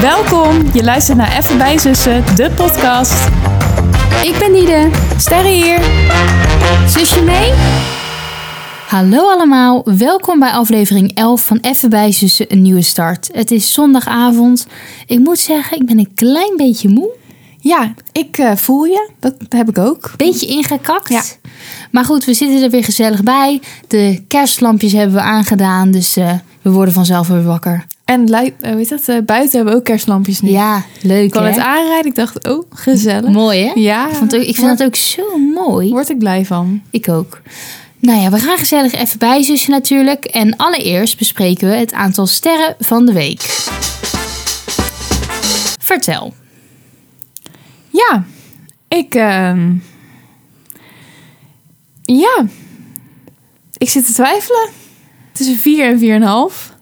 Welkom, je luistert naar Even bij Zussen, de podcast. Ik ben Nide. Sterre hier. Zusje mee? Hallo allemaal, welkom bij aflevering 11 van Even bij Zussen een nieuwe start. Het is zondagavond. Ik moet zeggen, ik ben een klein beetje moe. Ja, ik eh, voel je. Dat heb ik ook. Beetje ingekakt. Ja. Maar goed, we zitten er weer gezellig bij. De kerstlampjes hebben we aangedaan, dus eh, we worden vanzelf weer wakker. En lui- eh, weet je dat, eh, buiten hebben we ook kerstlampjes nu. Ja, leuk ik kwam hè? het aanrijden, ik dacht, oh, gezellig. Mooi hè? Ja, Ik, vond het ook- ik vind word, dat ook zo mooi. word ik blij van. Ik ook. Nou ja, we gaan gezellig even bijzussen natuurlijk. En allereerst bespreken we het aantal sterren van de week. Vertel. Ja, ik... ehm, Ja, ik zit te twijfelen. Tussen 4 en 4,5.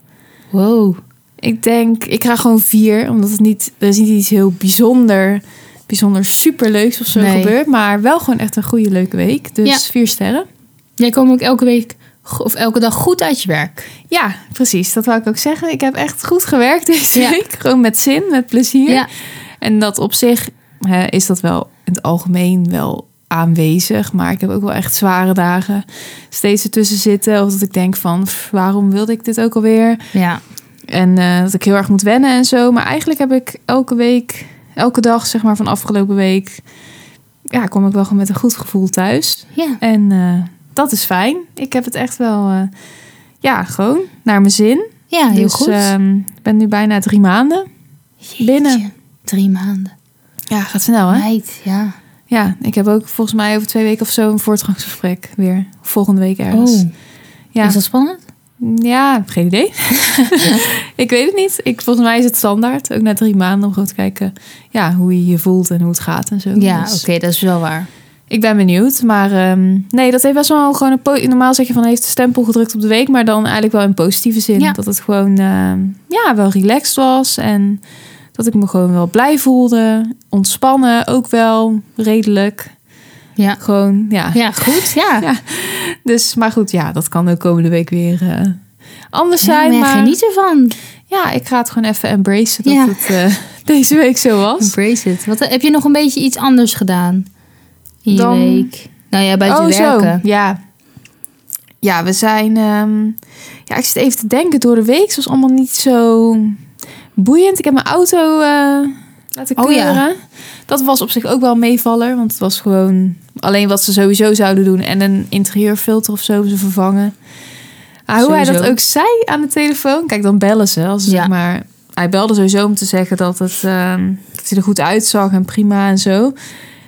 Wow. Ik denk, ik ga gewoon vier, omdat het niet, er is niet iets heel bijzonder, bijzonder superleuks of zo Nee. gebeurd, maar wel gewoon echt een goede leuke week. Dus Ja. vier sterren. Jij komt ook elke week go- of elke dag goed uit je werk. Ja, precies. Dat wou ik ook zeggen. Ik heb echt goed gewerkt deze Ja. week. Gewoon met zin, met plezier. Ja. En dat op zich hè, is dat wel in het algemeen wel aanwezig. Maar ik heb ook wel echt zware dagen steeds ertussen zitten. Of dat ik denk van, pff, waarom wilde ik dit ook alweer? Ja. En eh, dat ik heel erg moet wennen en zo. Maar eigenlijk heb ik elke week, elke dag zeg maar van afgelopen week... Ja, kom ik wel gewoon met een goed gevoel thuis. Ja. En eh, dat is fijn. Ik heb het echt wel, eh, ja, gewoon naar mijn zin. Ja, heel dus goed. ehm, ik ben nu bijna drie maanden. Jeetje, binnen. Drie maanden. Ja, gaat snel hè? Meid, ja. Ja, ik heb ook volgens mij over twee weken of zo een voortgangsgesprek weer. Volgende week ergens. Oh, ja. is dat spannend? Ja, geen idee. ik weet het niet. Ik, volgens mij is het standaard. Ook na drie maanden om gewoon te kijken ja, hoe je je voelt en hoe het gaat en zo. Ja, oké, Dus dat is wel waar. Ik ben benieuwd. Maar ehm, nee, dat heeft best wel gewoon een... po- Normaal zeg je van heeft de stempel gedrukt op de week. Maar dan eigenlijk wel in positieve zin. Ja. Dat het gewoon ehm, ja, wel relaxed was. En dat ik me gewoon wel blij voelde. Ontspannen ook wel. Redelijk. Ja. Gewoon, ja. Ja, goed. Ja. Ja. Dus, maar goed, ja, dat kan ook komende week weer... eh, Anders zijn, Ja, maar Geniet ervan. ja, ik ga het gewoon even embracen dat Ja. het eh, deze week zo was. Embrace it. Wat, heb je nog een beetje iets anders gedaan in je Dan- week? Nou ja, buiten werken. Oh, zo. Ja. Ja, we zijn... ehm, ja, ik zit even te denken door de week. Het was allemaal niet zo boeiend. Ik heb mijn auto eh, laten Oh, ja. keuren. Dat was op zich ook wel een meevaller. Want het was gewoon alleen wat ze sowieso zouden doen. En een interieurfilter of zo hebben ze vervangen. Maar Ah, hoe hij dat Sowieso. ook zei aan de telefoon. Kijk, dan bellen ze. Als ze Ja. zeg maar, hij belde sowieso om te zeggen dat, het, ehm, dat hij er goed uitzag en prima en zo.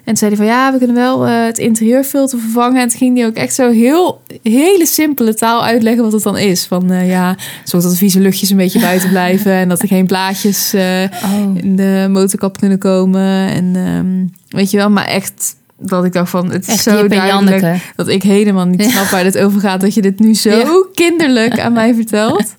En toen zei hij van ja, we kunnen wel eh, het interieurfilter vervangen. En toen ging hij ook echt zo heel, hele simpele taal uitleggen wat het dan is. Van eh, ja, zorg dat de vieze luchtjes een beetje buiten blijven. En dat er geen blaadjes eh, Oh. in de motorkap kunnen komen. En ehm, weet je wel, maar echt dat ik dacht van het is Echt zo Jip en duidelijk Janneke. dat ik helemaal niet snap waar dit over gaat. Dat je dit nu zo Ja. kinderlijk aan mij vertelt.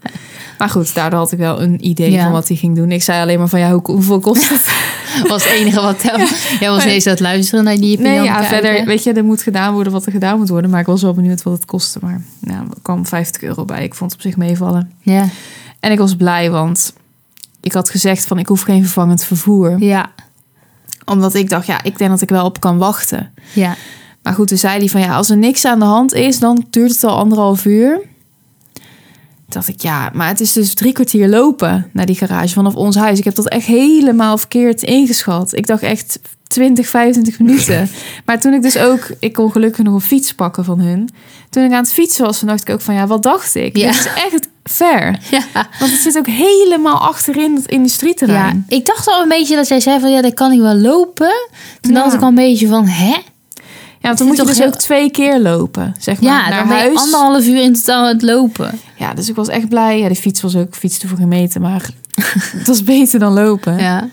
Maar goed, daardoor had ik wel een idee Ja. van wat hij ging doen. Ik zei alleen maar van ja, hoe, hoeveel kost het? was het enige wat telde. Jij was Maar- ineens aan het luisteren naar die Jip en Nee, ja, Janneke verder, uitleg. weet je, er moet gedaan worden wat er gedaan moet worden. Maar ik was wel benieuwd wat het kostte. Maar nou, er kwam 50 euro bij. Ik vond het op zich meevallen. Ja. En ik was blij, want ik had gezegd van ik hoef geen vervangend vervoer. ja, Omdat ik dacht, ja, ik denk dat ik wel op kan wachten. ja, Maar goed, toen zei hij van ja, als er niks aan de hand is, dan duurt het al anderhalf uur. Toen dacht ik, ja, maar het is dus drie kwartier lopen naar die garage vanaf ons huis. Ik heb dat echt helemaal verkeerd ingeschat. Ik dacht echt 20, 25 minuten. Maar toen ik dus ook, ik kon gelukkig nog een fiets pakken van hun. Toen ik aan het fietsen was, toen dacht ik ook van ja, wat dacht ik? Ja. Dit is echt ver. ja. Want het zit ook helemaal achterin het industrieterrein. ja. Ik dacht al een beetje dat zij zei van ja, dan kan ik wel lopen. Toen Ja. dacht ik al een beetje van hè? Ja, want Het dan moet is je toch dus heel- ook twee keer lopen, zeg maar, Ja, naar dan ben je huis. anderhalf uur in totaal aan het lopen. Ja, dus ik was echt blij. Ja, de fiets was ook fiets voor gemeten, maar het was beter dan lopen. Ja.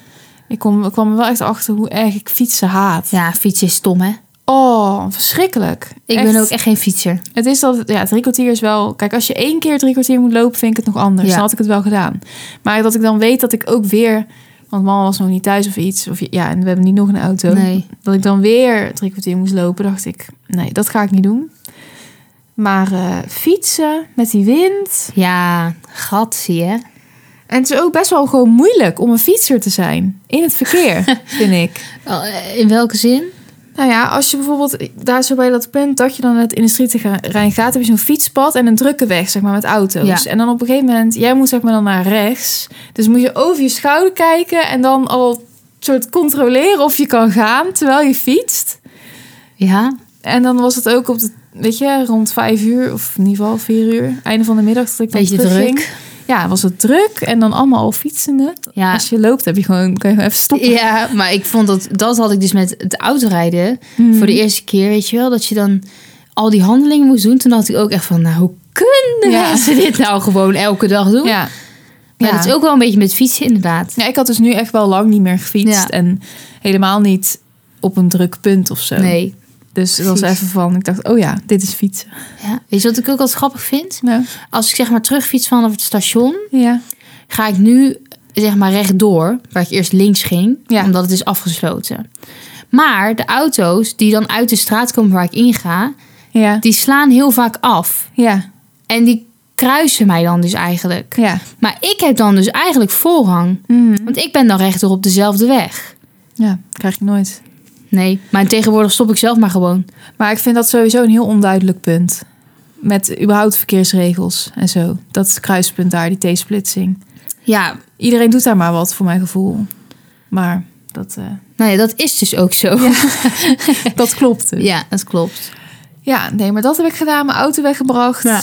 Ik, kom, ik kwam er wel echt achter hoe erg ik fietsen haat. ja, fietsen is stom hè? Oh, verschrikkelijk. Ik ben ook echt geen fietser. Het is dat, ja, drie kwartier is wel... Kijk, als je één keer drie kwartier moet lopen, vind ik het nog anders. Ja. Dan had ik het wel gedaan. Maar dat ik dan weet dat ik ook weer... Want mama was nog niet thuis of iets. Of, ja, en we hebben niet nog een auto. Nee. Dat ik dan weer drie kwartier moest lopen, dacht ik... Nee, dat ga ik niet doen. Maar eh, fietsen met die wind... Ja, gat zie je. En het is ook best wel gewoon moeilijk om een fietser te zijn in het verkeer, vind ik. Wel, eh, In welke zin? Nou ja, als je bijvoorbeeld daar zo bij dat punt dat je dan naar het industrieterrein gaat, heb je zo'n fietspad en een drukke weg, zeg maar, met auto's. Ja. En dan op een gegeven moment, jij moet zeg maar dan naar rechts. Dus moet je over je schouder kijken en dan al soort controleren of je kan gaan terwijl je fietst. Ja. En dan was het ook op de, weet je, rond vijf uur of in ieder geval vier uur, einde van de middag dat ik dan Beetje terugging. druk. Ja, was het druk en dan allemaal al fietsende. Ja. Als je loopt heb je gewoon, kan je gewoon even stoppen. Ja, maar ik vond dat, dat had ik dus met het autorijden voor Mm. de eerste keer, weet je wel, dat je dan al die handelingen moest doen. Toen had ik ook echt van, nou, hoe kunnen Ja. mensen dit nou gewoon elke dag doen? Ja. Maar Ja. dat is ook wel een beetje met fietsen, inderdaad. ja, ik had dus nu echt wel lang niet meer gefietst Ja. en helemaal niet op een druk punt of zo. Nee. Dus het was precies. even van, ik dacht, oh ja, dit is fietsen. Ja. Weet je wat ik ook altijd grappig vind? Nou, Als ik zeg maar terugfiets vanaf het station, ja. ga ik nu zeg maar rechtdoor, waar ik eerst links ging, Ja. omdat het is afgesloten. Maar de auto's die dan uit de straat komen waar ik inga, Ja. die slaan heel vaak af. Ja. En die kruisen mij dan dus eigenlijk. Ja. Maar ik heb dan dus eigenlijk voorrang. Want ik ben dan rechtdoor op dezelfde weg. Ja, krijg ik nooit. Nee, maar tegenwoordig stop ik zelf maar gewoon. Maar ik vind dat sowieso een heel onduidelijk punt. Met überhaupt verkeersregels en zo. Dat is het kruispunt daar, die T-splitsing. Ja, Iedereen doet daar maar wat, voor mijn gevoel. Maar dat, eh, nou ja, dat is dus ook zo. Ja, dat klopt dus. Ja. dat klopt. nee, maar dat heb ik gedaan. Mijn auto weggebracht. Ja.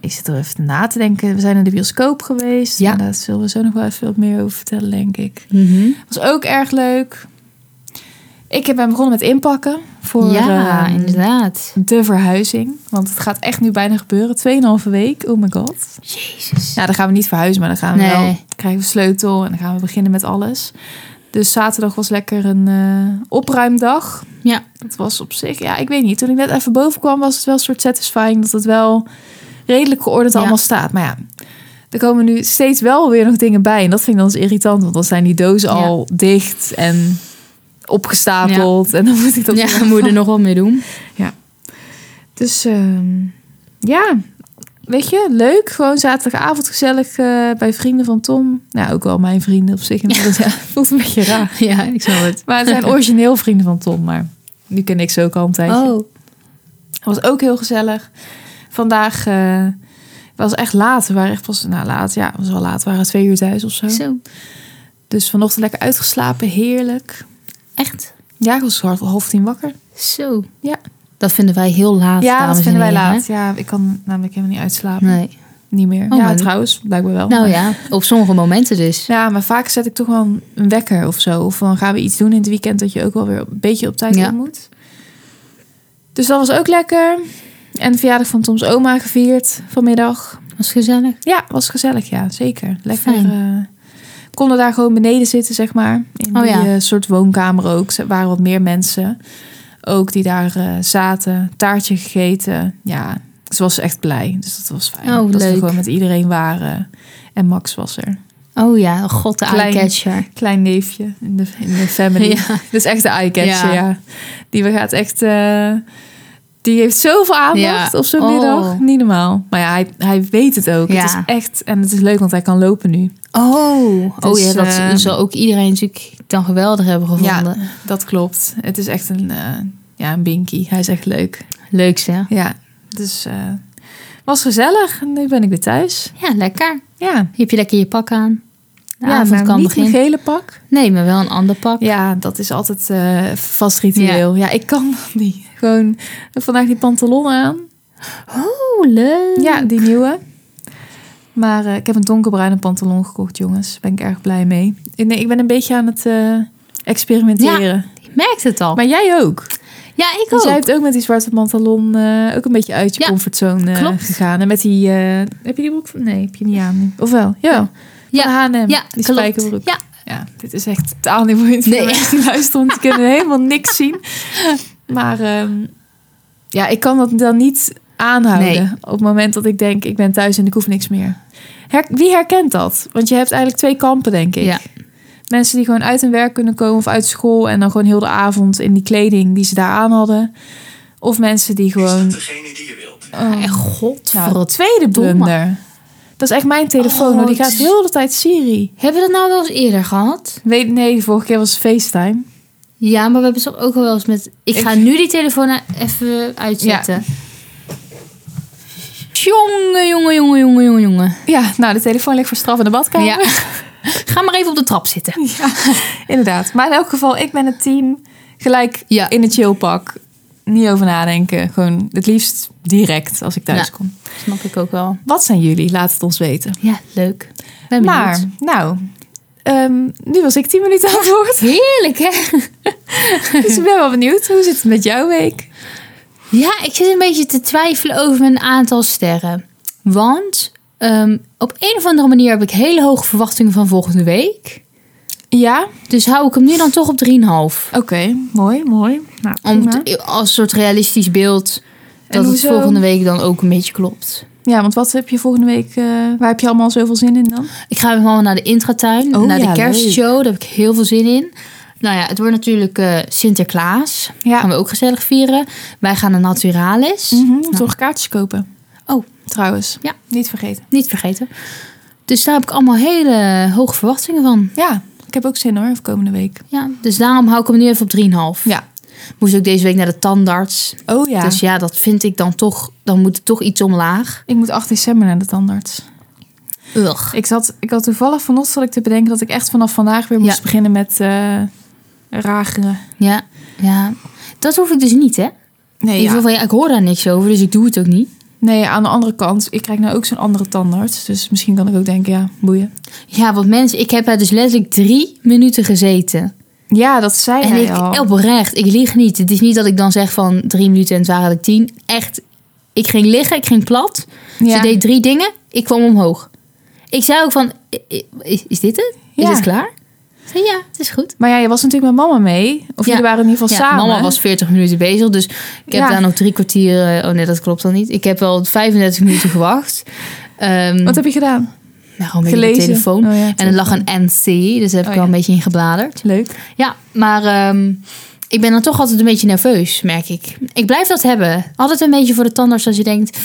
Ik zit er even na te denken. We zijn in de bioscoop geweest. Ja. Ja. Daar zullen we zo nog wel even wat meer over vertellen, denk ik. Mhm. was ook erg leuk. Ik heb- ben begonnen met inpakken voor ja, eh, inderdaad. de verhuizing. Want het gaat echt nu bijna gebeuren. Tweeënhalve week, oh my god. Jezus. Ja, dan gaan we niet verhuizen, maar dan gaan we Nee. wel dan krijgen we sleutel en dan gaan we beginnen met alles. Dus zaterdag was lekker een eh, opruimdag. Ja. Dat was op zich, ja, ik weet niet. Toen ik net even boven kwam, was het wel een soort satisfying dat het wel redelijk geordend Ja. allemaal staat. Maar ja, er komen nu steeds wel weer nog dingen bij. En dat vind ik dan eens irritant, want dan zijn die dozen Ja. al dicht en opgestapeld. En dan moet ik dat ja, we moeten er nog wat mee doen. dus ehm, ja, weet je, leuk. Gewoon zaterdagavond gezellig eh, bij vrienden van Tom. Nou, ook wel mijn vrienden op zich. Ja. Ja, voelt een beetje raar. Ah, Ja, ik snap het. Maar het zijn origineel vrienden van Tom. Maar nu ken ik ze ook al een tijdje. Oh. was ook heel gezellig. Vandaag eh, was echt laat. We waren echt pas, nou laat, ja, het was wel laat. We waren twee uur thuis of zo. Zo. Dus vanochtend lekker uitgeslapen, heerlijk. Echt? Ja, ik was hard- half tien wakker. Zo. Ja. Dat vinden wij heel laat. ja, dames dat en vinden wij heren, laat. Ja, ik kan namelijk helemaal niet hè? uitslapen. Nee. Niet meer. Oh, ja, maar- trouwens, blijkbaar wel. Nou ja, op sommige momenten dus. Ja, maar vaak zet ik toch wel een- een wekker of zo. Of dan gaan we iets doen in het weekend dat je ook wel weer een beetje op tijd Ja. op moet. Dus dat was ook lekker. En de verjaardag van Toms oma gevierd vanmiddag. Was gezellig. Ja, was gezellig. Ja, zeker. Lekker. Fijn. eh, konden daar gewoon beneden zitten, zeg maar. In Oh die ja. eh, soort woonkamer ook. Er waren wat meer mensen ook die daar eh, zaten. Taartje gegeten. Ja, ze was echt blij. Dus dat was fijn. Oh, dat we leuk. gewoon met iedereen waren. En Max was er Oh ja, oh god, de Klein. eyecatcher. klein neefje in de, in de family. Ja. Dat is echt de eyecatcher, Ja. ja. Die we gaat echt... eh, die heeft zoveel aandacht Ja. op zo'n Oh. middag. Niet normaal. Maar ja, hij, hij weet het ook. Ja. Het is echt... En het is leuk, want hij kan lopen nu. Oh, oh Dus, ja, dat eh, zal ook iedereen natuurlijk dan geweldig hebben gevonden. dat klopt. Het is echt een, eh, ja, een binky. Hij is echt leuk. Leukste. hè? Ja, dus... eh, was gezellig. En Nu ben ik weer thuis. Ja, lekker. Ja. Heb je lekker je pak aan? De Ja, avond nou, kan niet beginnen. mijn gele pak. Nee, maar wel een ander pak. Ja, dat is altijd eh, vast ritueel. Ja. ik kan dat niet. Gewoon vandaag die pantalon aan. Oh, leuk. Ja, die nieuwe. Maar eh, ik heb een donkerbruine pantalon gekocht, jongens. Daar ben ik erg blij mee. Ik- Nee, ik ben een beetje aan het eh, experimenteren. Je merkt het al. Maar jij ook. ja, ik ook. Want jij hebt ook met die zwarte pantalon eh, ook een beetje uit je Ja, comfortzone eh, klopt. gegaan. En met die... eh, heb je die broek? van- Nee, heb je niet aan nu. Of wel? Ja. ja, Van H&M. ja, die klopt. spijkerbroek. Ja, Ja, dit is echt totaal niet boeiend voor Nee. de mensen die luisteren, want die kunnen helemaal niks zien. Maar ehm, ja, ik kan dat dan niet aanhouden Nee. op het moment dat ik denk, ik ben thuis en ik hoef niks meer. Her- Wie herkent dat? Want je hebt eigenlijk twee kampen, denk ik. Ja. Mensen die gewoon uit hun werk kunnen komen of uit school en dan gewoon heel de avond in die kleding die ze daar aan hadden. Of mensen die Is dat gewoon... degene die je wilt? Oh, En god, nou, voor het tweede domme. blunder. Dat is echt mijn telefoon. Oh, hoor. Die het gaat is- heel de hele tijd Siri. Hebben we dat nou wel eens eerder gehad? Weet, nee, vorige keer was FaceTime. Ja, maar we hebben toch ook al wel eens met... Ik, Ik- ga nu die telefoon e- even uitzetten. Jongen, jongen, jongen, jongen, jongen, jongen. Ja, nou, de telefoon ligt voor straf in de badkamer. Ja. Ga maar even op de trap zitten. Ja, inderdaad. Maar in elk geval, ik ben het team. Gelijk Ja. in het chillpak. Niet over nadenken. Gewoon het liefst direct als ik thuis Ja. kom. Snap ik ook wel. Wat zijn jullie? Laat het ons weten. Ja, leuk. Ben Maar, benieuwd. nou, ehm, nu was ik 10 minuten aan het woord. Heerlijk, hè? Dus ik ben wel benieuwd. Hoe zit het met jouw week? Ja, ik zit een beetje te twijfelen over mijn aantal sterren. Want ehm, op een of andere manier heb ik hele hoge verwachtingen van volgende week. Ja, Dus hou ik hem nu dan toch op 3,5. oké. Mooi, mooi. Nou, Om prima. het- als soort realistisch beeld En dat het hoezo? volgende week dan ook een beetje klopt. Ja, want wat heb je volgende week... eh, waar heb je allemaal zoveel zin in dan? Ik ga helemaal naar de intratuin, Oh, naar ja, de kerstshow. Daar heb ik heel veel zin in. Nou ja, het wordt natuurlijk eh, Sinterklaas. Ja. Gaan we ook gezellig vieren. Wij gaan naar Naturalis. Nou. Toch kaartjes kopen. Oh. Trouwens. Ja. Niet vergeten. Niet vergeten. Dus daar heb ik allemaal hele hoge verwachtingen van. Ja, ik heb ook zin hoor, voor komende week. Ja, dus daarom hou ik hem nu even op 3,5. Ja. Moest ook deze week naar de tandarts. Oh ja. Dus ja, dat vind ik dan toch... Dan moet het toch iets omlaag. Ik moet 8 december naar de tandarts. Ugh. Ik, zat, ik had toevallig vanochtend zat ik te bedenken dat ik echt vanaf vandaag weer moest Ja. beginnen met eh rageren. Ja, ja. Dat hoef ik dus niet, hè? Nee, Ik, wil van, ja, ik hoor daar niks over, dus ik doe het ook niet. nee, aan de andere kant, ik krijg nou ook zo'n andere tandarts. Dus misschien kan ik ook denken, ja, boeien. Ja, want mensen... Ik heb daar dus letterlijk drie minuten gezeten. Ja, dat zei En hij ik, al. oprecht, ik lieg niet. Het is niet dat ik dan zeg van drie minuten en het waren er tien. Echt, ik ging liggen, ik ging plat. Ze Ja. deed drie dingen, ik kwam omhoog. Ik zei ook van, i- i- is, is dit het? Ja. Is het klaar? Ze zei, ja, het is goed. Maar ja, je was natuurlijk met mama mee. Of Ja. jullie waren in ieder Ja, geval samen. mama was 40 minuten bezig, dus ik heb Ja. daar nog drie kwartier... eh, Oh nee, dat klopt dan niet. Ik heb wel 35 minuten gewacht. Ehm Wat heb je gedaan? nou, gewoon met mijn Gelezen. telefoon. Oh ja, en er lag een NC, dus daar heb Oh ik ja. al een beetje in gebladerd. Leuk. Ja, maar ehm, ik ben dan toch altijd een beetje nerveus, merk ik. Ik blijf dat hebben. Altijd een beetje voor de tandarts als je denkt...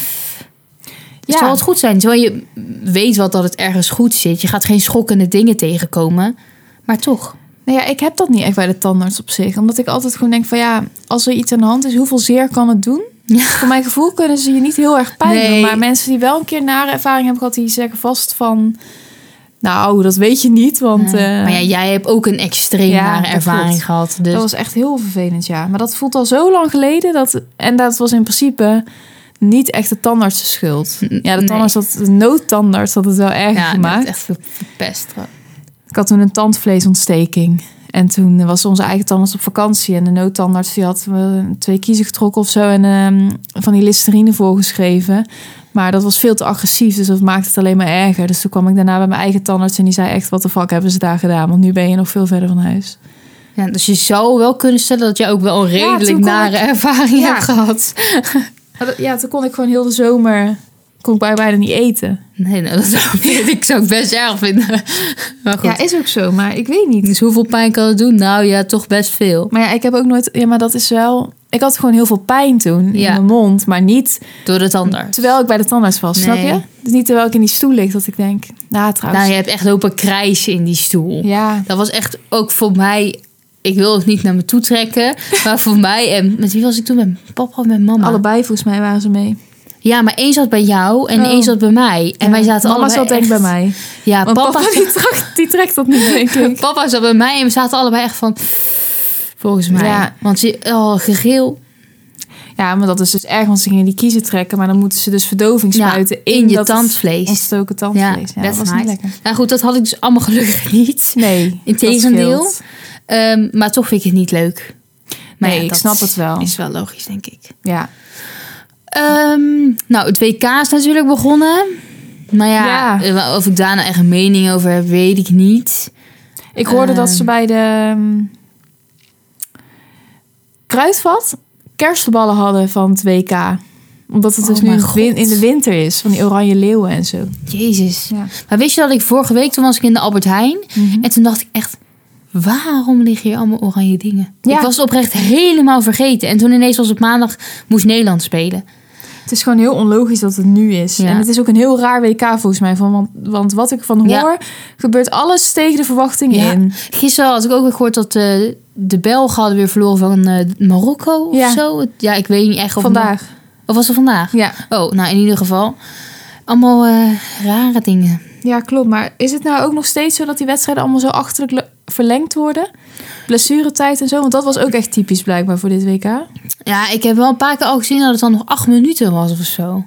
Het Ja. zal het goed zijn. Terwijl je weet wel dat het ergens goed zit. Je gaat geen schokkende dingen tegenkomen. Maar toch. Nou ja, ik heb dat niet echt bij de tandarts op zich. Omdat ik altijd gewoon denk van ja, als er iets aan de hand is, hoeveel zeer kan het doen? Ja. Voor mijn gevoel kunnen ze je niet heel erg pijn doen. Nee. Maar mensen die wel een keer nare ervaring hebben gehad, die zeggen vast van... Nou, dat weet je niet, want Nee. eh, maar ja, jij hebt ook een extreem Ja, nare dat ervaring klopt. gehad. Dus dat was echt heel vervelend, ja. Maar dat voelt al zo lang geleden. Dat, en dat was in principe niet echt de tandarts' schuld. Ja, de nee. tandarts had, de noodtandarts had het wel erg ja, gemaakt. dat is echt verpest. Ik had toen een tandvleesontsteking. En toen was onze eigen tandarts op vakantie. En de noodtandarts die had eh, twee kiezen getrokken of zo. En ehm, van die listerine voorgeschreven. Maar dat was veel te agressief. Dus dat maakte het alleen maar erger. Dus toen kwam ik daarna bij mijn eigen tandarts. En die zei echt, wat de fuck hebben ze daar gedaan? Want nu ben je nog veel verder van huis. Ja, dus je zou wel kunnen stellen dat jij ook wel een Ja, toen redelijk kon nare ervaring Ja. hebt gehad. Maar dat- Ja, toen kon ik gewoon heel de zomer... Kon ik bij- bijna niet eten. Nee, nou, dat zou ik, ik zou het best erg vinden. Maar goed. is ook zo. Maar ik weet niet. Dus hoeveel pijn kan het doen? Nou ja, toch best veel. Maar ja, ik heb ook nooit... Ja, maar dat is wel... Ik had gewoon heel veel pijn toen in Ja. mijn mond. Maar niet Door de tandarts. Terwijl ik bij de tandarts was, Nee. snap je? Dus niet terwijl ik in die stoel lig, dat ik denk, nou trouwens. Nou, je hebt echt lopen krijsen in die stoel. ja. Dat was echt ook voor mij... Ik wil het niet naar me toe trekken. Maar voor mij... En met wie was ik toen? Met papa of met mama? allebei volgens mij waren ze mee. Ja, maar één zat bij jou en Oh. één zat bij mij. En Ja. wij zaten Mama allebei zat denk ik bij echt- mij. Ja, Want papa, papa, die, trakt, die trekt dat niet, denk ik. papa zat bij mij en we zaten allebei echt van... Volgens mij. Ja. Want ze... Oh, gegeel. Ja, maar dat is dus erg, want ze gingen die kiezen trekken. Maar dan moeten ze dus verdoving spuiten in, je dat tandvlees. ontstoken tandvlees. Ja, dat was niet nice. lekker. Nou goed, dat had ik dus allemaal gelukkig niet. Nee, Integendeel. dat scheelt. Ehm, maar toch vind ik het niet leuk. Maar Nee, ik dat snap het wel. Is wel logisch, denk ik. Ja. Ehm, nou, het WK is natuurlijk begonnen. Nou ja, Ja. eh, of ik daar nou echt een mening over heb, weet ik niet. Ik hoorde dat Ehm. ze bij de ehm, kruidvat kerstballen hadden van het WK. Omdat het Oh dus nu mijn in de win- God. in de winter is, van die oranje leeuwen en zo. Jezus. Ja. Hm? Maar wist je dat ik vorige week, toen was ik in de Albert Heijn. Mhm. En toen dacht ik echt, waarom liggen hier allemaal oranje dingen? Ja. Ik was het oprecht helemaal vergeten. En toen ineens was op maandag, moest Nederland spelen. Het is gewoon heel onlogisch dat het nu is. Ja. En het is ook een heel raar WK volgens mij. Van, want, want wat ik van hoor, Ja. gebeurt alles tegen de verwachting Ja. in. Gisteren had ik ook weer gehoord dat eh, de Belgen hadden weer verloren van eh, Marokko of Ja. zo. Het- Ja, ik weet niet echt of... Vandaag. Of was het vandaag? Ja. Oh, nou in ieder geval. Allemaal eh, rare dingen. ja, klopt. Maar is het nou ook nog steeds zo dat die wedstrijden allemaal zo achterlijk le- verlengd worden? Blessuretijd en zo. Want dat was ook echt typisch blijkbaar voor dit WK. Ja, ik heb wel een paar keer al gezien dat het dan nog acht minuten was of zo.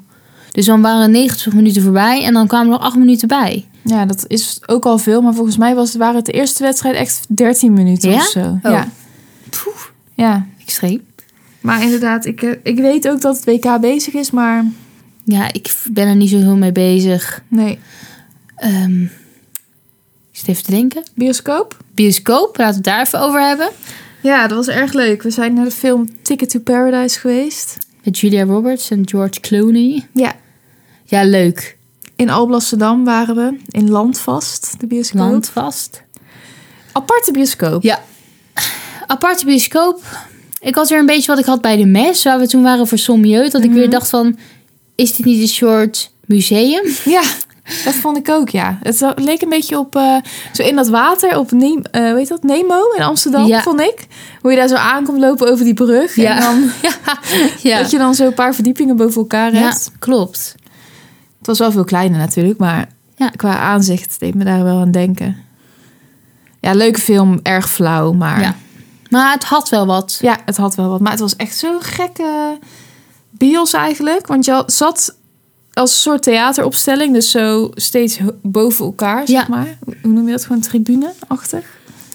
Dus dan waren 90 minuten voorbij en dan kwamen er nog acht minuten bij. Ja, dat is ook al veel. Maar volgens mij was, waren het de eerste wedstrijd echt 13 minuten Ja? of zo. Oh. Ja. ja. Extreem. Maar inderdaad, ik, eh, ik weet ook dat het WK bezig is, maar Ja, ik ben er niet zo heel mee bezig. nee. Ehm, ik zit even te denken. Bioscoop? Bioscoop, laten we het daar even over hebben. Ja, dat was erg leuk. We zijn naar de film Ticket to Paradise geweest. Met Julia Roberts en George Clooney. Ja. Ja, leuk. In Alblasserdam waren we, in Landvast, de bioscoop. Landvast. Aparte bioscoop. Ja. Aparte bioscoop. Ik had weer een beetje wat ik had bij de mes, waar we toen waren voor Sommieu. Dat ik Mhm. weer dacht van, is dit niet een soort museum? Ja, dat vond ik ook, ja. Het zo- leek een beetje op, eh, zo in dat water, op Nemo, weet dat, Nemo in Amsterdam, Ja. vond ik. Hoe je daar zo aankomt lopen over die brug. En dan, ja. ja. dat je dan zo een paar verdiepingen boven elkaar Ja, hebt. klopt. Het was wel veel kleiner natuurlijk, maar Ja. qua aanzicht deed me daar wel aan denken. Ja, leuke film, erg flauw, maar Ja. ja. Maar het had wel wat. het had wel wat. Maar het was echt zo'n gekke bios eigenlijk, want je had- zat als een soort theateropstelling, dus zo steeds ho- boven elkaar, Ja. zeg maar. Hoe hoe noem je dat? Gewoon tribune-achtig?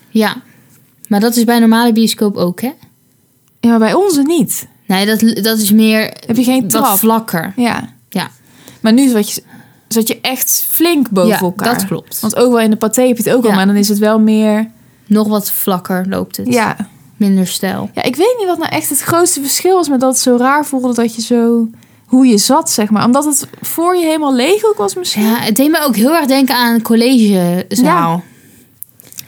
Ja. Maar dat is bij normale bioscoop ook, hè? Ja, maar bij onze niet. Nee, dat, dat is meer Heb je geen trap? wat vlakker. Ja. Ja. Maar nu zat je, zat je echt flink boven ja, elkaar. dat klopt. Want ook wel in de paté heb je het ook Ja. al, maar dan is het wel meer... Nog wat vlakker loopt het. Ja, Minder stijl. Ja, ik weet niet wat nou echt het grootste verschil was met dat het zo raar voelde dat je zo hoe je zat, zeg maar. Omdat het voor je helemaal leeg ook was misschien. Ja, het deed me ook heel erg denken aan een collegezaal.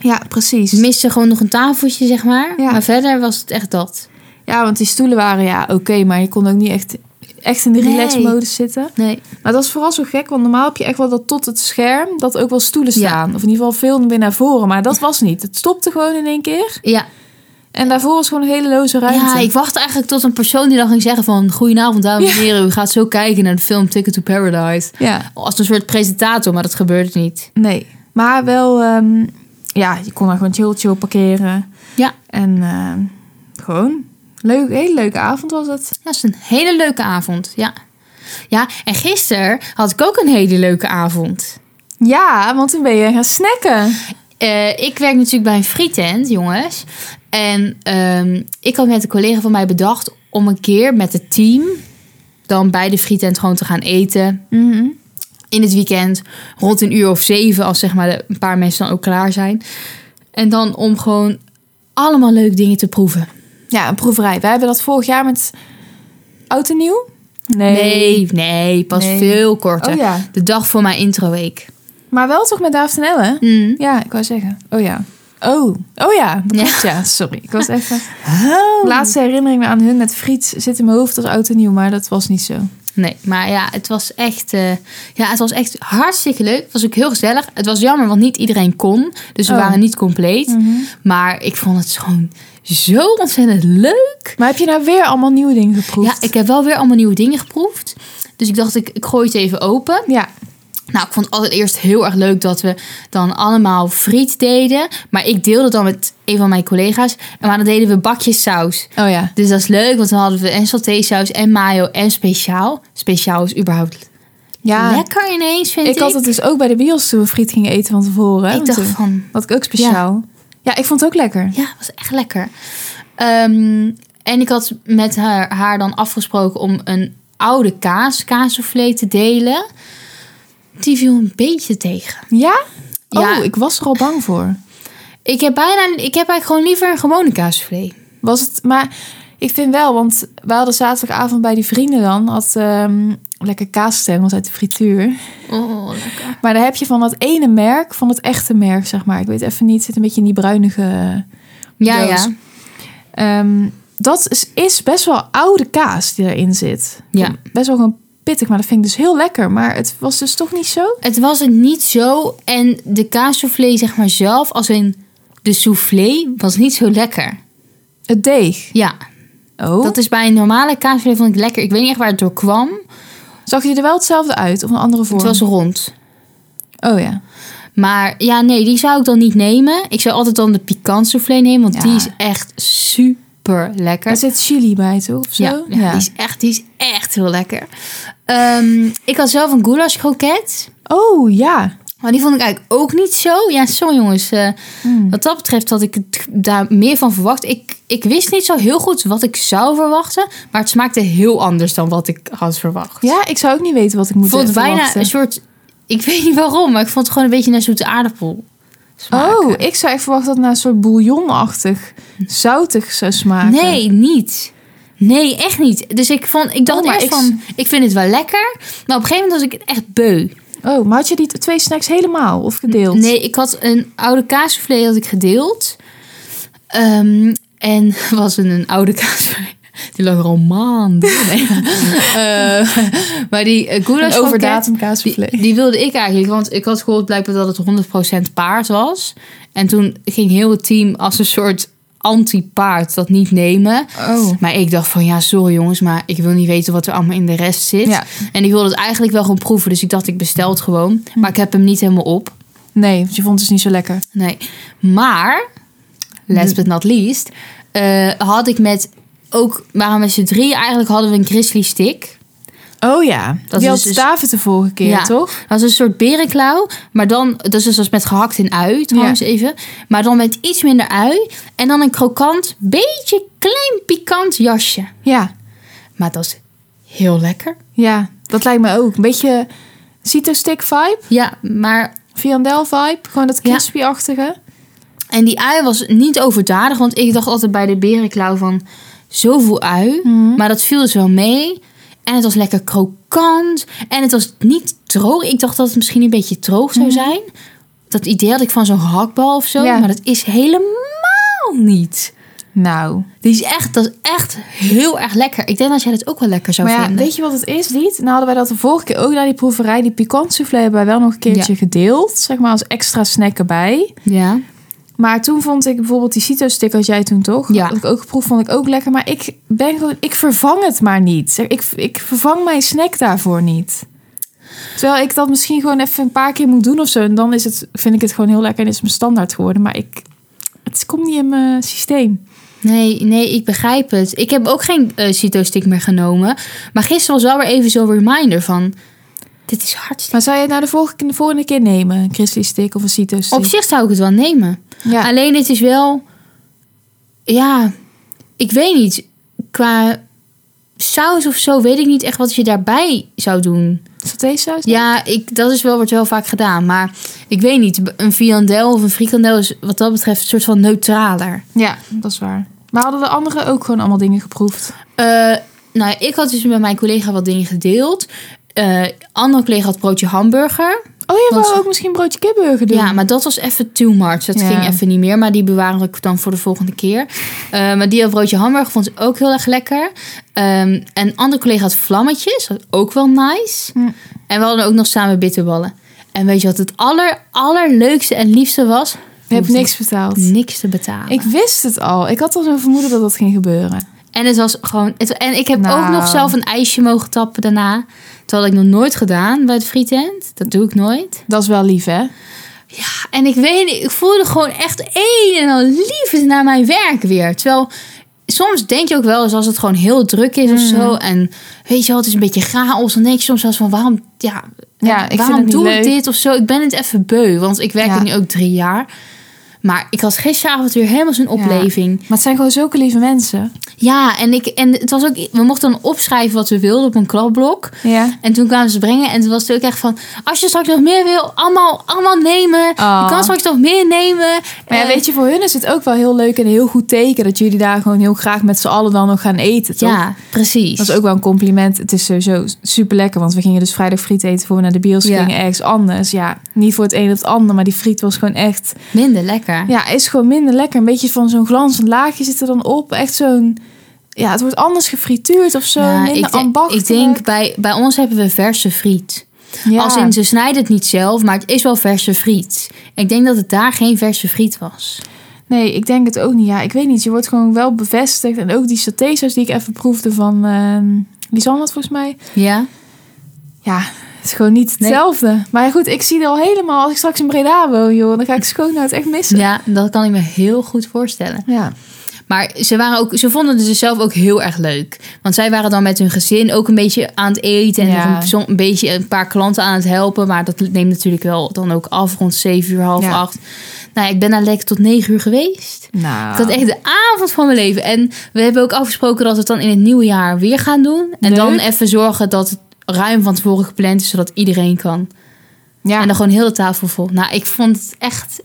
Ja, precies. Ze miste gewoon nog een tafeltje, zeg maar. Ja. Maar verder was het echt dat. Ja, want die stoelen waren ja oké, maar je kon ook niet echt, echt in de Nee. relaxmodus zitten. Nee. Maar dat is vooral zo gek, want normaal heb je echt wel dat tot het scherm dat ook wel stoelen Ja. staan. Of in ieder geval veel meer naar voren, maar dat was niet. Het stopte gewoon in één keer. Ja. En daarvoor was gewoon een hele loze ruimte. ja, ik wacht eigenlijk tot een persoon die dan ging zeggen van... Goedenavond, dames en heren. U gaat zo kijken naar de film Ticket to Paradise. ja. Als een soort presentator, maar dat gebeurde niet. nee. Maar wel, ehm, ja, je kon daar gewoon chill chill parkeren. Ja. En eh, gewoon, leuk, hele leuke avond was het. Dat is een hele leuke avond, ja. Ja, en gisteren had ik ook een hele leuke avond. Ja, want toen ben je gaan snacken. Eh, ik werk natuurlijk bij een frietent, jongens. En ehm, ik had met een collega van mij bedacht om een keer met het team... dan bij de frietent gewoon te gaan eten in het weekend. Rond een uur of zeven, als zeg maar de- een paar mensen dan ook klaar zijn. En dan om gewoon allemaal leuke dingen te proeven. Ja, een proeverij. Wij hebben dat vorig jaar met Oud en Nieuw. Nee, nee, pas Nee. veel korter. Oh ja. De dag voor mijn introweek. Maar wel toch met David en Ellen? Mm. Ja, ik wou zeggen. Oh ja. Oh, oh ja. Dat Ja. Oh. klopt, ja. sorry. Ik was even... Laatste herinnering aan hun met friet zit in mijn hoofd als Oud en Nieuw, maar dat was niet zo. Nee, maar ja, het was echt, eh, ja, het was echt hartstikke leuk. Het was ook heel gezellig. Het was jammer, want niet iedereen kon. Dus we Oh. waren niet compleet. Maar ik vond het gewoon zo ontzettend leuk. Maar heb je nou weer allemaal nieuwe dingen geproefd? Ja, ik heb wel weer allemaal nieuwe dingen geproefd. Dus ik dacht, ik, ik gooi het even open. Ja, Nou, ik vond het allereerst heel erg leuk dat we dan allemaal friet deden. Maar ik deelde dan met een van mijn collega's. En maar dan deden we bakjes saus. oh ja. Dus dat is leuk, want dan hadden we en satésaus en mayo en speciaal. Speciaal is überhaupt Ja, lekker ineens, vind ik. ik had het dus ook bij de bios toen we friet gingen eten van tevoren. hè, ik want dacht toen- van, Wat ik ook speciaal. Ja. ik vond het ook lekker. ja, het was echt lekker. Ehm, en ik had met haar, haar dan afgesproken om een oude kaas, kaassoufflé te delen. Die viel een beetje tegen. Ja? Oh, Ja. ik was er al bang voor. Ik heb, bijna, ik heb eigenlijk gewoon liever een gewone kaassoufflé. Was het, maar ik vind wel, want we hadden zaterdagavond bij die vrienden dan, had ehm, lekker kaasstengels uit de frituur. Oh, lekker. Maar daar heb je van dat ene merk, van het echte Dus- merk, zeg maar. Ik weet even niet, het zit een beetje in die bruinige... Ja, Doos. ja. ehm, dat is, is best wel oude kaas die erin zit. Ja. Best wel gewoon pittig, maar dat vind ik dus heel lekker. Maar het was dus toch niet zo? Het was het niet zo. En de kaassoufflé, zeg maar zelf, als in de soufflé, was niet zo lekker. Het deeg. Ja, Oh. dat is bij een normale kaassoufflé vond ik lekker. Ik weet niet echt waar het door kwam. Zag je er wel hetzelfde uit of een andere vorm? Het was rond. Oh ja. Maar ja, nee, die zou ik dan niet nemen. Ik zou altijd dan de pikant soufflé nemen, want Ja. die is echt super lekker. Er zit chili bij, toch? Of zo? Ja, ja, Die, is echt, die is echt heel lekker. Ehm, ik had zelf een goulash kroket. Oh ja. Maar die vond ik eigenlijk ook niet zo. Ja, sorry jongens. eh, Wat dat betreft had ik het daar meer van verwacht. Ik, ik wist niet zo heel goed wat ik zou verwachten. Maar het smaakte heel anders dan wat ik had verwacht. Ja, ik zou ook niet weten wat ik moet ik vond het bijna verwachten. een soort... Ik weet niet waarom, maar ik vond het gewoon een beetje naar zoete aardappel smaken. Oh, ik zou echt verwachten dat het naar een soort bouillonachtig, zoutig zou smaken. Nee, niet. Nee, echt niet. Dus ik, vond, ik dacht Oh, maar eerst ik- van, ik vind het wel lekker. Maar op een gegeven moment was ik het echt beu. Oh, maar had je die t- twee snacks helemaal of gedeeld? Nee, ik had een oude kaassoufflé had ik gedeeld. Ehm, en was een, een oude kaassoufflé. Die lag er al maanden. Nee. Eh, maar die eh, Een goulash overdatum die, kaasvlees. die wilde ik eigenlijk. Want ik had gehoord blijkbaar dat het 100% paard was. En toen ging heel het team als een soort anti-paard dat niet nemen. Oh. Maar ik dacht van ja, sorry jongens, maar ik wil niet weten wat er allemaal in de rest zit. Ja. En ik wilde het eigenlijk wel gewoon proeven, dus ik dacht ik bestel het gewoon. Maar ik heb hem niet helemaal op. Nee, want je vond het dus niet zo lekker. Nee. Maar, last but not least, eh, had ik met ook, waren met z'n drie eigenlijk hadden we een grizzly stick. Oh ja, Dat die is had dus- staven de vorige keer, Ja. toch? Dat was een soort berenklauw, maar dan, dat is dus als met gehakt in ui trouwens even. Maar dan met iets minder ui en dan een krokant, beetje klein pikant jasje. Ja, Maar dat is heel lekker. ja, dat lijkt me ook. Een beetje cito-stick vibe, Ja, maar viandel vibe, gewoon dat crispy-achtige. En die ui was niet overdadig, want ik dacht altijd bij de berenklauw van zoveel ui. Maar dat viel dus wel mee. En het was lekker krokant. En het was niet droog. Ik dacht dat het misschien een beetje droog zou zijn. Dat idee had ik van zo'n hakbal of zo. Ja. Maar dat is helemaal niet. Nou, Die is echt, dat is echt heel erg lekker. Ik denk dat jij dat ook wel lekker zou maar ja, vinden. weet je wat het is, niet? Nou hadden wij dat de vorige keer ook naar die proeverij. Die pikant soufflé hebben wij wel nog een keertje gedeeld. Zeg maar als extra snack erbij. Ja. Maar toen vond ik bijvoorbeeld die cito-stick, had jij toen toch? Ja. Had ik ook geproefd, vond ik ook lekker. Maar ik ben gewoon, ik vervang het maar niet. Zeg, Ik, ik vervang mijn snack daarvoor niet. Terwijl ik dat misschien gewoon even een paar keer moet doen of zo. En dan is het, vind ik het gewoon heel lekker en is het mijn standaard geworden. Maar ik, het komt niet in mijn systeem. Nee, nee, ik begrijp het. Ik heb ook geen eh Cito-stick meer genomen. Maar gisteren was wel weer even zo'n reminder van... Dit is hartstikke... Maar zou je het nou de volgende, de volgende keer nemen? Een Christy stick of een Ah, cito-stick? Op zich zou ik het wel nemen. Ja. Alleen het is wel... Ja, ik weet niet. Qua saus of zo weet ik niet echt wat je daarbij zou doen. Satésaus? Ja, ik, dat is wel, wordt wel vaak gedaan. Maar ik weet niet. Een viandel of een frikandel is wat dat betreft een soort van neutraler. Ja, dat is waar. Maar hadden de anderen ook gewoon allemaal dingen geproefd? Eh, nou, ja, ik had dus met mijn collega wat dingen gedeeld. Eh andere collega had broodje hamburger. Oh, je Want- wou ook misschien broodje kipburger doen? Ja, maar dat was even too much. Dat Ja. ging even niet meer. Maar die bewaren ik dan voor de volgende keer. Eh, maar die had broodje hamburger. Vond ik ook heel erg lekker. Ehm en een andere collega had vlammetjes. Dat was ook wel nice. Hm. En we hadden ook nog samen bitterballen. En weet je wat het aller, allerleukste en liefste was? Je hebt Hoefde niks betaald. Niks te betalen. Ik wist het al. Ik had al zo'n vermoeden dat dat ging gebeuren. En het was gewoon. Het, en ik heb Nou. ook nog zelf een ijsje mogen tappen daarna. Dat had ik nog nooit gedaan bij het frietent. Dat doe ik nooit. Dat is wel lief, hè? Ja, en ik weet niet, ik voelde gewoon echt een en al liefde naar mijn werk weer. Terwijl soms denk je ook wel eens als het gewoon heel druk is of Mm. zo. En weet je wel, het is een beetje chaos. Dan denk je soms wel eens van waarom, ja, Ja, ik vind waarom het niet doe leuk. ik dit of zo? Ik ben het even beu, want ik werk Ja. er nu ook drie jaar. Maar ik had gisteravond weer helemaal zo'n opleving. Maar het zijn gewoon zulke lieve mensen. Ja, en, ik, en het was ook, we mochten dan opschrijven wat we wilden op een kladblok. Ja. En toen kwamen ze brengen en toen was het ook echt van... als je straks nog meer wil, allemaal, allemaal nemen. Ah. Je kan straks nog meer nemen. Maar ja, Eh, weet je, voor hun is het ook wel heel leuk en een heel goed teken dat jullie daar gewoon heel graag met z'n allen dan nog gaan eten, toch? Ja, precies. Dat is ook wel een compliment. Het is sowieso super lekker, want we gingen dus vrijdag friet eten voor we naar de bios Ja. gingen ergens anders. Ja, niet voor het een of het ander, maar die friet was gewoon echt... minder lekker. Ja, is gewoon minder lekker. Een beetje van zo'n glanzend laagje zit er dan op. Echt zo'n Ja, het wordt anders gefrituurd of zo. Ja, minder ik, de- ambachtelijk. ik denk, bij, bij ons hebben we verse friet. Ja. Als in, ze snijden het niet zelf, maar het is wel verse friet. Ik denk dat het daar geen verse friet was. Nee, ik denk het ook niet. Ja, ik weet niet. Je wordt gewoon wel bevestigd. En ook die satésaus die ik even proefde van... ehm Lisanne had volgens mij. Ja? Ja, het is gewoon niet Nee. hetzelfde. Maar goed, ik zie er al helemaal... Als ik straks in Breda woon, joh. Dan ga ik schoonheid echt missen. Ja, dat kan ik me heel goed voorstellen. ja. Maar ze, waren ook, ze vonden het dus zelf ook heel erg leuk. Want zij waren dan met hun gezin ook een beetje aan het eten. En Ja. nog een, som- een beetje een paar klanten aan het helpen. Maar dat neemt natuurlijk wel dan ook af rond 7 uur, half Ja. 8. Nou, ja, ik ben daar lekker tot 9 uur geweest. Nou. Ik had echt de avond van mijn leven. En we hebben ook afgesproken dat we het dan in het nieuwe jaar weer gaan doen. En dan Leuk. even zorgen dat het ruim van tevoren gepland is, zodat iedereen kan. Ja. En dan gewoon heel de tafel vol. Nou, ik vond het echt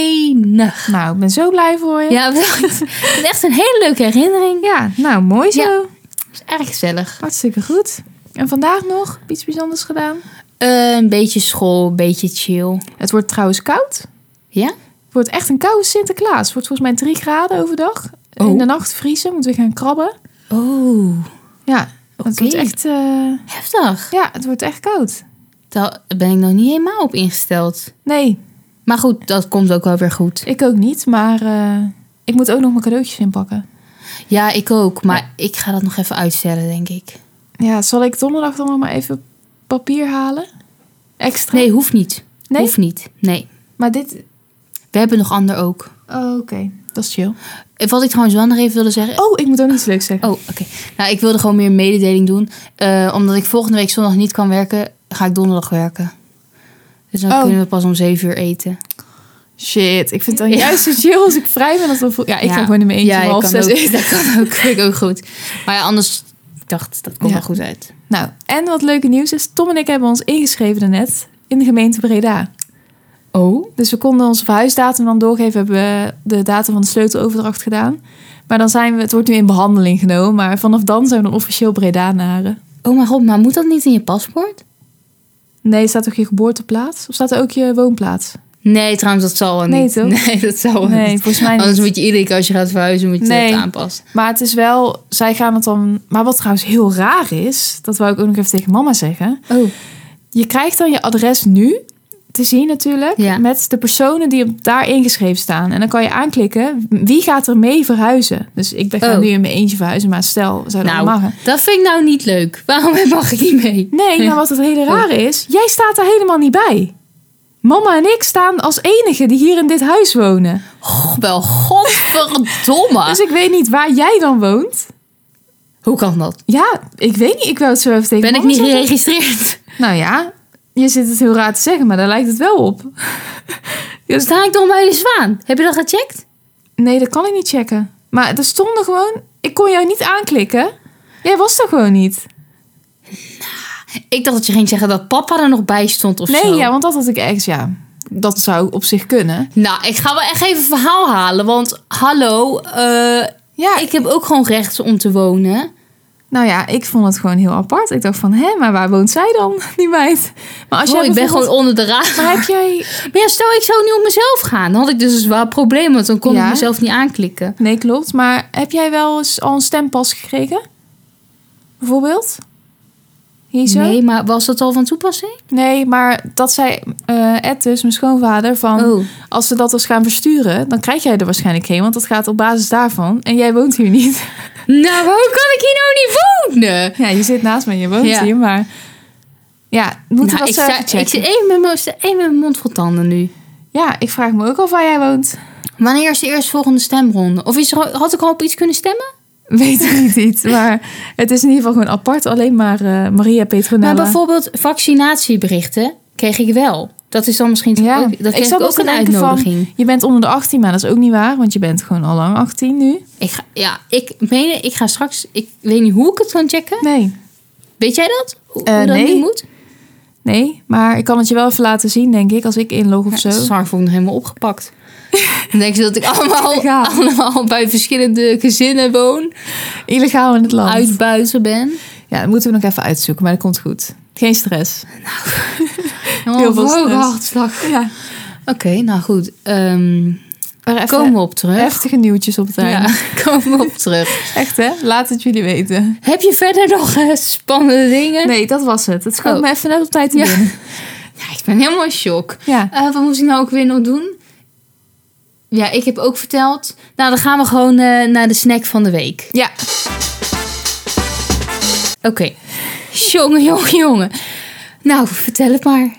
enig. Nou, ik ben zo blij voor je. Ja, wel goed. Het is echt een hele leuke herinnering. Ja, nou, mooi zo. Ja. is erg gezellig. Hartstikke goed. En vandaag nog iets bijzonders gedaan? Eh, een beetje school, een beetje chill. Het wordt trouwens koud. Ja? Het wordt echt een koude Sinterklaas. Het wordt volgens mij 3 graden overdag. Oh. In de nacht vriezen, moeten we gaan krabben. Oh, Ja, het wordt Oké. echt, eh, heftig. ja, het wordt echt koud. Daar ben ik nog niet helemaal op ingesteld. Nee, Maar goed, dat komt ook wel weer goed. ik ook niet. Maar eh, ik moet ook nog mijn cadeautjes inpakken. Ja, ik ook. Maar ik ga dat nog even uitstellen, denk ik. Ja, zal ik donderdag dan nog maar even papier halen? Extra? Nee, hoeft niet. Nee? Hoeft niet. Nee. Maar dit... We hebben nog ander ook. oh, oké. Dat is chill. Eh, Wat ik trouwens wel nog even wilde zeggen... Oh, ik moet ook iets leuks zeggen. Oh, oké. Nou, ik wilde gewoon meer een mededeling doen. Eh, omdat ik volgende week zondag niet kan werken, ga ik donderdag werken. Dus dan Oh. kunnen we pas om zeven uur eten. Shit, ik vind het dan Ja. juist zo chill als ik vrij ben. Dat we vro- ja, ik ga gewoon in mijn eentje ja, om ik half kan zes ook, eten. Dat kan ook, vind ik ook goed. Maar ja, anders, ik dacht, dat komt Ja. wel goed uit. Nou, en wat leuke nieuws is, Tom en ik hebben ons ingeschreven daarnet in de gemeente Breda. Oh? Dus we konden onze verhuisdatum dan doorgeven, hebben we de datum van de sleuteloverdracht gedaan. Maar dan zijn we, het wordt nu in behandeling genomen, maar vanaf dan zijn we dan officieel Bredanaren. Oh mijn god, maar moet dat niet in je paspoort? Nee, staat ook je geboorteplaats? Of staat er ook je woonplaats? Nee, trouwens, dat zal wel niet. Nee, toch? Nee, Oh, dat zal wel Nee, niet. volgens mij niet. Anders moet je iedere keer als je gaat verhuizen, moet je Nee. dat aanpassen. Maar het is wel, zij gaan het dan... Maar wat trouwens heel raar is, dat wou ik ook nog even tegen mama zeggen. Oh. Je krijgt dan je adres nu te zien natuurlijk. Ja. Met de personen die op daar ingeschreven staan. En dan kan je aanklikken wie gaat er mee verhuizen. Dus ik ben ga Oh. nu in mijn eentje verhuizen. Maar stel, we zouden Nou, allemaal gaan. dat vind ik nou niet leuk. Waarom mag ik niet mee? Nee, nou wat het hele rare is. Jij staat er helemaal niet bij. Mama en ik staan als enige die hier in dit huis wonen. Och, wel, godverdomme. Dus ik weet niet waar jij dan woont. Hoe kan dat? Ja, ik weet niet. Ik wou het zo even tegen Ben ik mama niet zeggen. geregistreerd? Nou ja, je zit het heel raar te zeggen, maar daar lijkt het wel op. Dus Sta ik nog bij de zwaan? Heb je dat gecheckt? Nee, dat kan ik niet checken. Maar er stonden gewoon... Ik kon jou niet aanklikken. Jij was er gewoon niet. Ik dacht dat je ging zeggen dat papa er nog bij stond of nee, zo. ja, want dat had ik ergens... Ja, dat zou op zich kunnen. Nou, ik ga wel echt even een verhaal halen. Want hallo, eh, Ja, ik heb ook gewoon recht om te wonen. nou ja, ik vond het gewoon heel apart. Ik dacht van, hé, maar waar woont zij dan, die meid? Maar als Oh, jij ik ben bijvoorbeeld- gewoon onder de raad. Maar heb jij... Maar ja, stel ik zou nu op mezelf gaan. Dan had ik dus een zwaar probleem, want dan kon Ja. ik mezelf niet aanklikken. Nee, klopt. Maar heb jij wel eens al een stempas gekregen? Bijvoorbeeld? Hier zo? Nee, maar was dat al van toepassing? Nee, maar dat zei eh Ed dus, mijn schoonvader, van... Oh, Als ze dat als gaan versturen, dan krijg jij er waarschijnlijk geen, want dat gaat op basis daarvan. En jij woont hier niet. nou, waarom kan ik hier nou niet wonen? Ja, je zit naast me, je woont Ja. hier, maar ja, moeten Nou, we ik, dat zo sta- even checken? ik zit even met, mijn- sta- even met mijn mond vol tanden nu. Ja, ik vraag me ook af waar jij woont. Wanneer is de eerstvolgende stemronde? Of is er, al- had ik al op iets kunnen stemmen? Weet ik niet iets, maar het is in ieder geval gewoon apart. Alleen maar eh, Maria Petronella. Maar bijvoorbeeld vaccinatieberichten kreeg ik wel. Dat is dan misschien toch ja, ook, dat kreeg ik zat ook te een denken van, uitnodiging. je bent onder de 18, maar dat is ook niet waar, want je bent gewoon al lang 18 nu. Ik ga, ja, ik meen, ik ga straks, ik weet niet hoe ik het kan checken. Nee, Weet jij dat? Hoe, Eh, hoe dat nee. nu moet? nee, maar ik kan het je wel even laten zien, denk ik, als ik inlog of zo. Ja, Sar vond nog helemaal opgepakt. Dan denk je dat ik allemaal, Ja. allemaal bij verschillende gezinnen woon, Illegaal in het land. uitbuiten ben. Ja, dat moeten we nog even uitzoeken, maar dat komt goed. Geen stress. Oh, Heel veel wow, stress. hartslag. Ja. Oké, nou goed. Ehm, Oké, Maar even Komen we op terug. heftige nieuwtjes op het einde. Ja, komen we op terug. Echt hè? Laat het jullie weten. Heb je verder nog eh, spannende dingen? Nee, dat was het. Het schoot Oh. me even net op tijd te Ja. binnen. Ja, ik ben helemaal in shock. Ja. Eh, wat moest ik nou ook weer nog doen? Ja, ik heb ook verteld. Nou, dan gaan we gewoon eh, naar de snack van de week. Ja. Oké. Jongen, jongen, jongen. Nou, vertel het maar.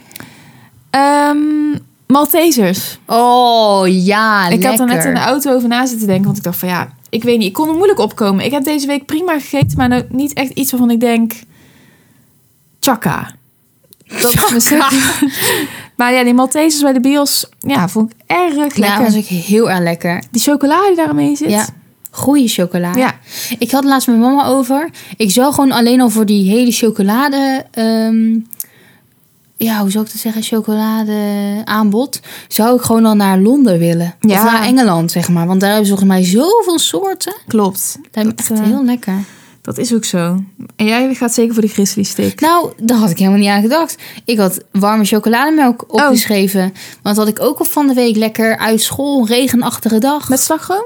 Ehm, Maltesers. Oh, ja, ik had er net in lekker. de auto over na zitten denken. Want ik dacht van ja, ik weet niet. Ik kon er moeilijk opkomen. Ik heb deze week prima gegeten. Maar nou niet echt iets waarvan ik denk... Chaka. Dat is mijn stuk. maar ja, die Maltesers bij de bios. Ja, vond ik erg Ja, lekker. was ik heel erg lekker. Die chocolade die daarmee zit. Ja. Goeie chocolade. Ja. Ik had laatst met mama over. Ik zou gewoon alleen al voor die hele chocolade. ehm, ja, hoe zou ik dat zeggen? Chocolade aanbod. Zou ik gewoon al naar Londen willen. Ja. Of naar Engeland, zeg maar. Want daar hebben ze volgens mij zoveel soorten. Klopt. Dat is echt eh, heel lekker. Dat is ook zo. En jij gaat zeker voor de grizzly stick. Nou, daar had ik helemaal niet aan gedacht. Ik had warme chocolademelk Oh. opgeschreven. Want had ik ook al van de week lekker uit school, regenachtige dag. Met slagroom?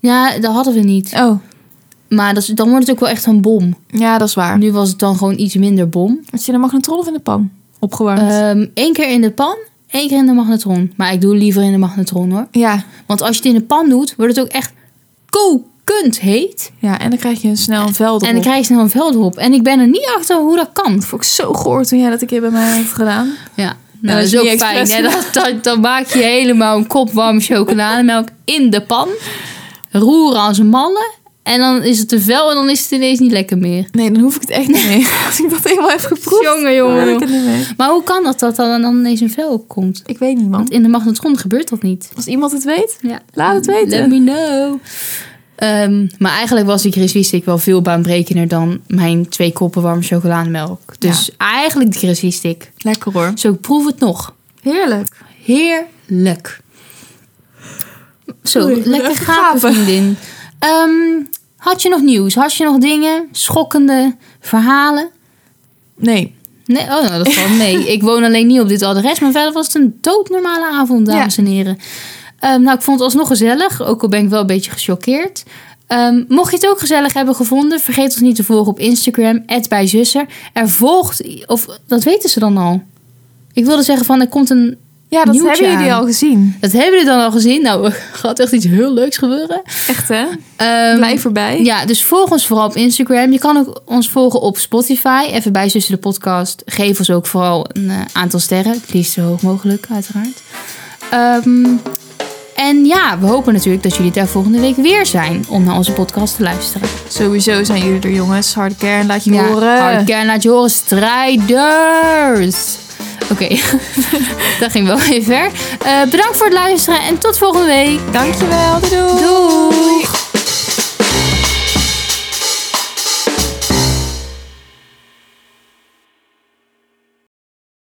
Ja, dat hadden we niet. Oh. Maar dat, is- dan wordt het ook wel echt een bom. Ja, dat is waar. Nu was het dan gewoon iets minder bom. Had je de magnetron of in de pan opgewarmd? Eén Ehm, keer in de pan, één keer in de magnetron. Maar ik doe liever in de magnetron hoor. ja. Want als je het in de pan doet, wordt het ook echt kokend heet. ja, en dan krijg je een snel een veld op. En dan krijg je snel een veldhop. En ik ben er niet achter hoe dat kan. vond ik zo goor toen jij dat een keer bij mij had gedaan. Ja, dat nou, dat is is ook niet fijn. expres Hè? Dat, dat, dan maak je helemaal een kop warme chocolademelk in de pan. Roeren als een malle. En dan is het te fel en dan is het ineens niet lekker meer. Nee, dan hoef ik het echt niet meer. Als ik dat eenmaal heb geproefd, dan Jongen, wil ik jongen. het niet meer. Maar hoe kan dat dat dan, dan ineens een vel opkomt? Ik weet niet, man. Want in de magnetron gebeurt dat niet. Als iemand het weet, Ja. laat het weten. Let me know. Ehm, maar eigenlijk was die Grizzly Stick wel veel baanbrekender dan mijn twee koppen warme chocolademelk. Dus eigenlijk de Grizzly Stick. Lekker hoor. Zo, ik proef het nog. Heerlijk. Heerlijk. Zo, Oei, lekker even gapen, gapen. vriendin. Ehm, had je nog nieuws? Had je nog dingen? Schokkende verhalen? Nee. Nee, oh, nou, dat valt mee. ik woon alleen niet op dit adres. Maar verder was het een doodnormale avond, dames en heren. Ehm, nou, ik vond het alsnog gezellig. Ook al ben ik wel een beetje gechoqueerd. Ehm, mocht je het ook gezellig hebben gevonden... vergeet ons niet te volgen op Instagram. @bijzusser. Er volgt... Of dat weten ze dan al. Ik wilde zeggen van... Er komt een... Ja, dat Nieuwtje hebben jullie aan. al gezien. Dat hebben jullie dan al gezien. Nou, er gaat echt iets heel leuks gebeuren. Echt hè? Ehm, Blijf erbij. ja, dus volg ons vooral op Instagram. Je kan ook ons volgen op Spotify. Even bij Zussen de Podcast. Geef ons ook vooral een eh, aantal sterren. Het liefst zo hoog mogelijk, uiteraard. Ehm, en ja, we hopen natuurlijk dat jullie daar volgende week weer zijn om naar onze podcast te luisteren. Sowieso zijn jullie er jongens. Harde kern, laat je horen. hardcore, laat je horen, strijders! Oké, dat ging wel even ver. Eh, bedankt voor het luisteren en tot volgende week. Dankjewel. Doei. doei. Doei!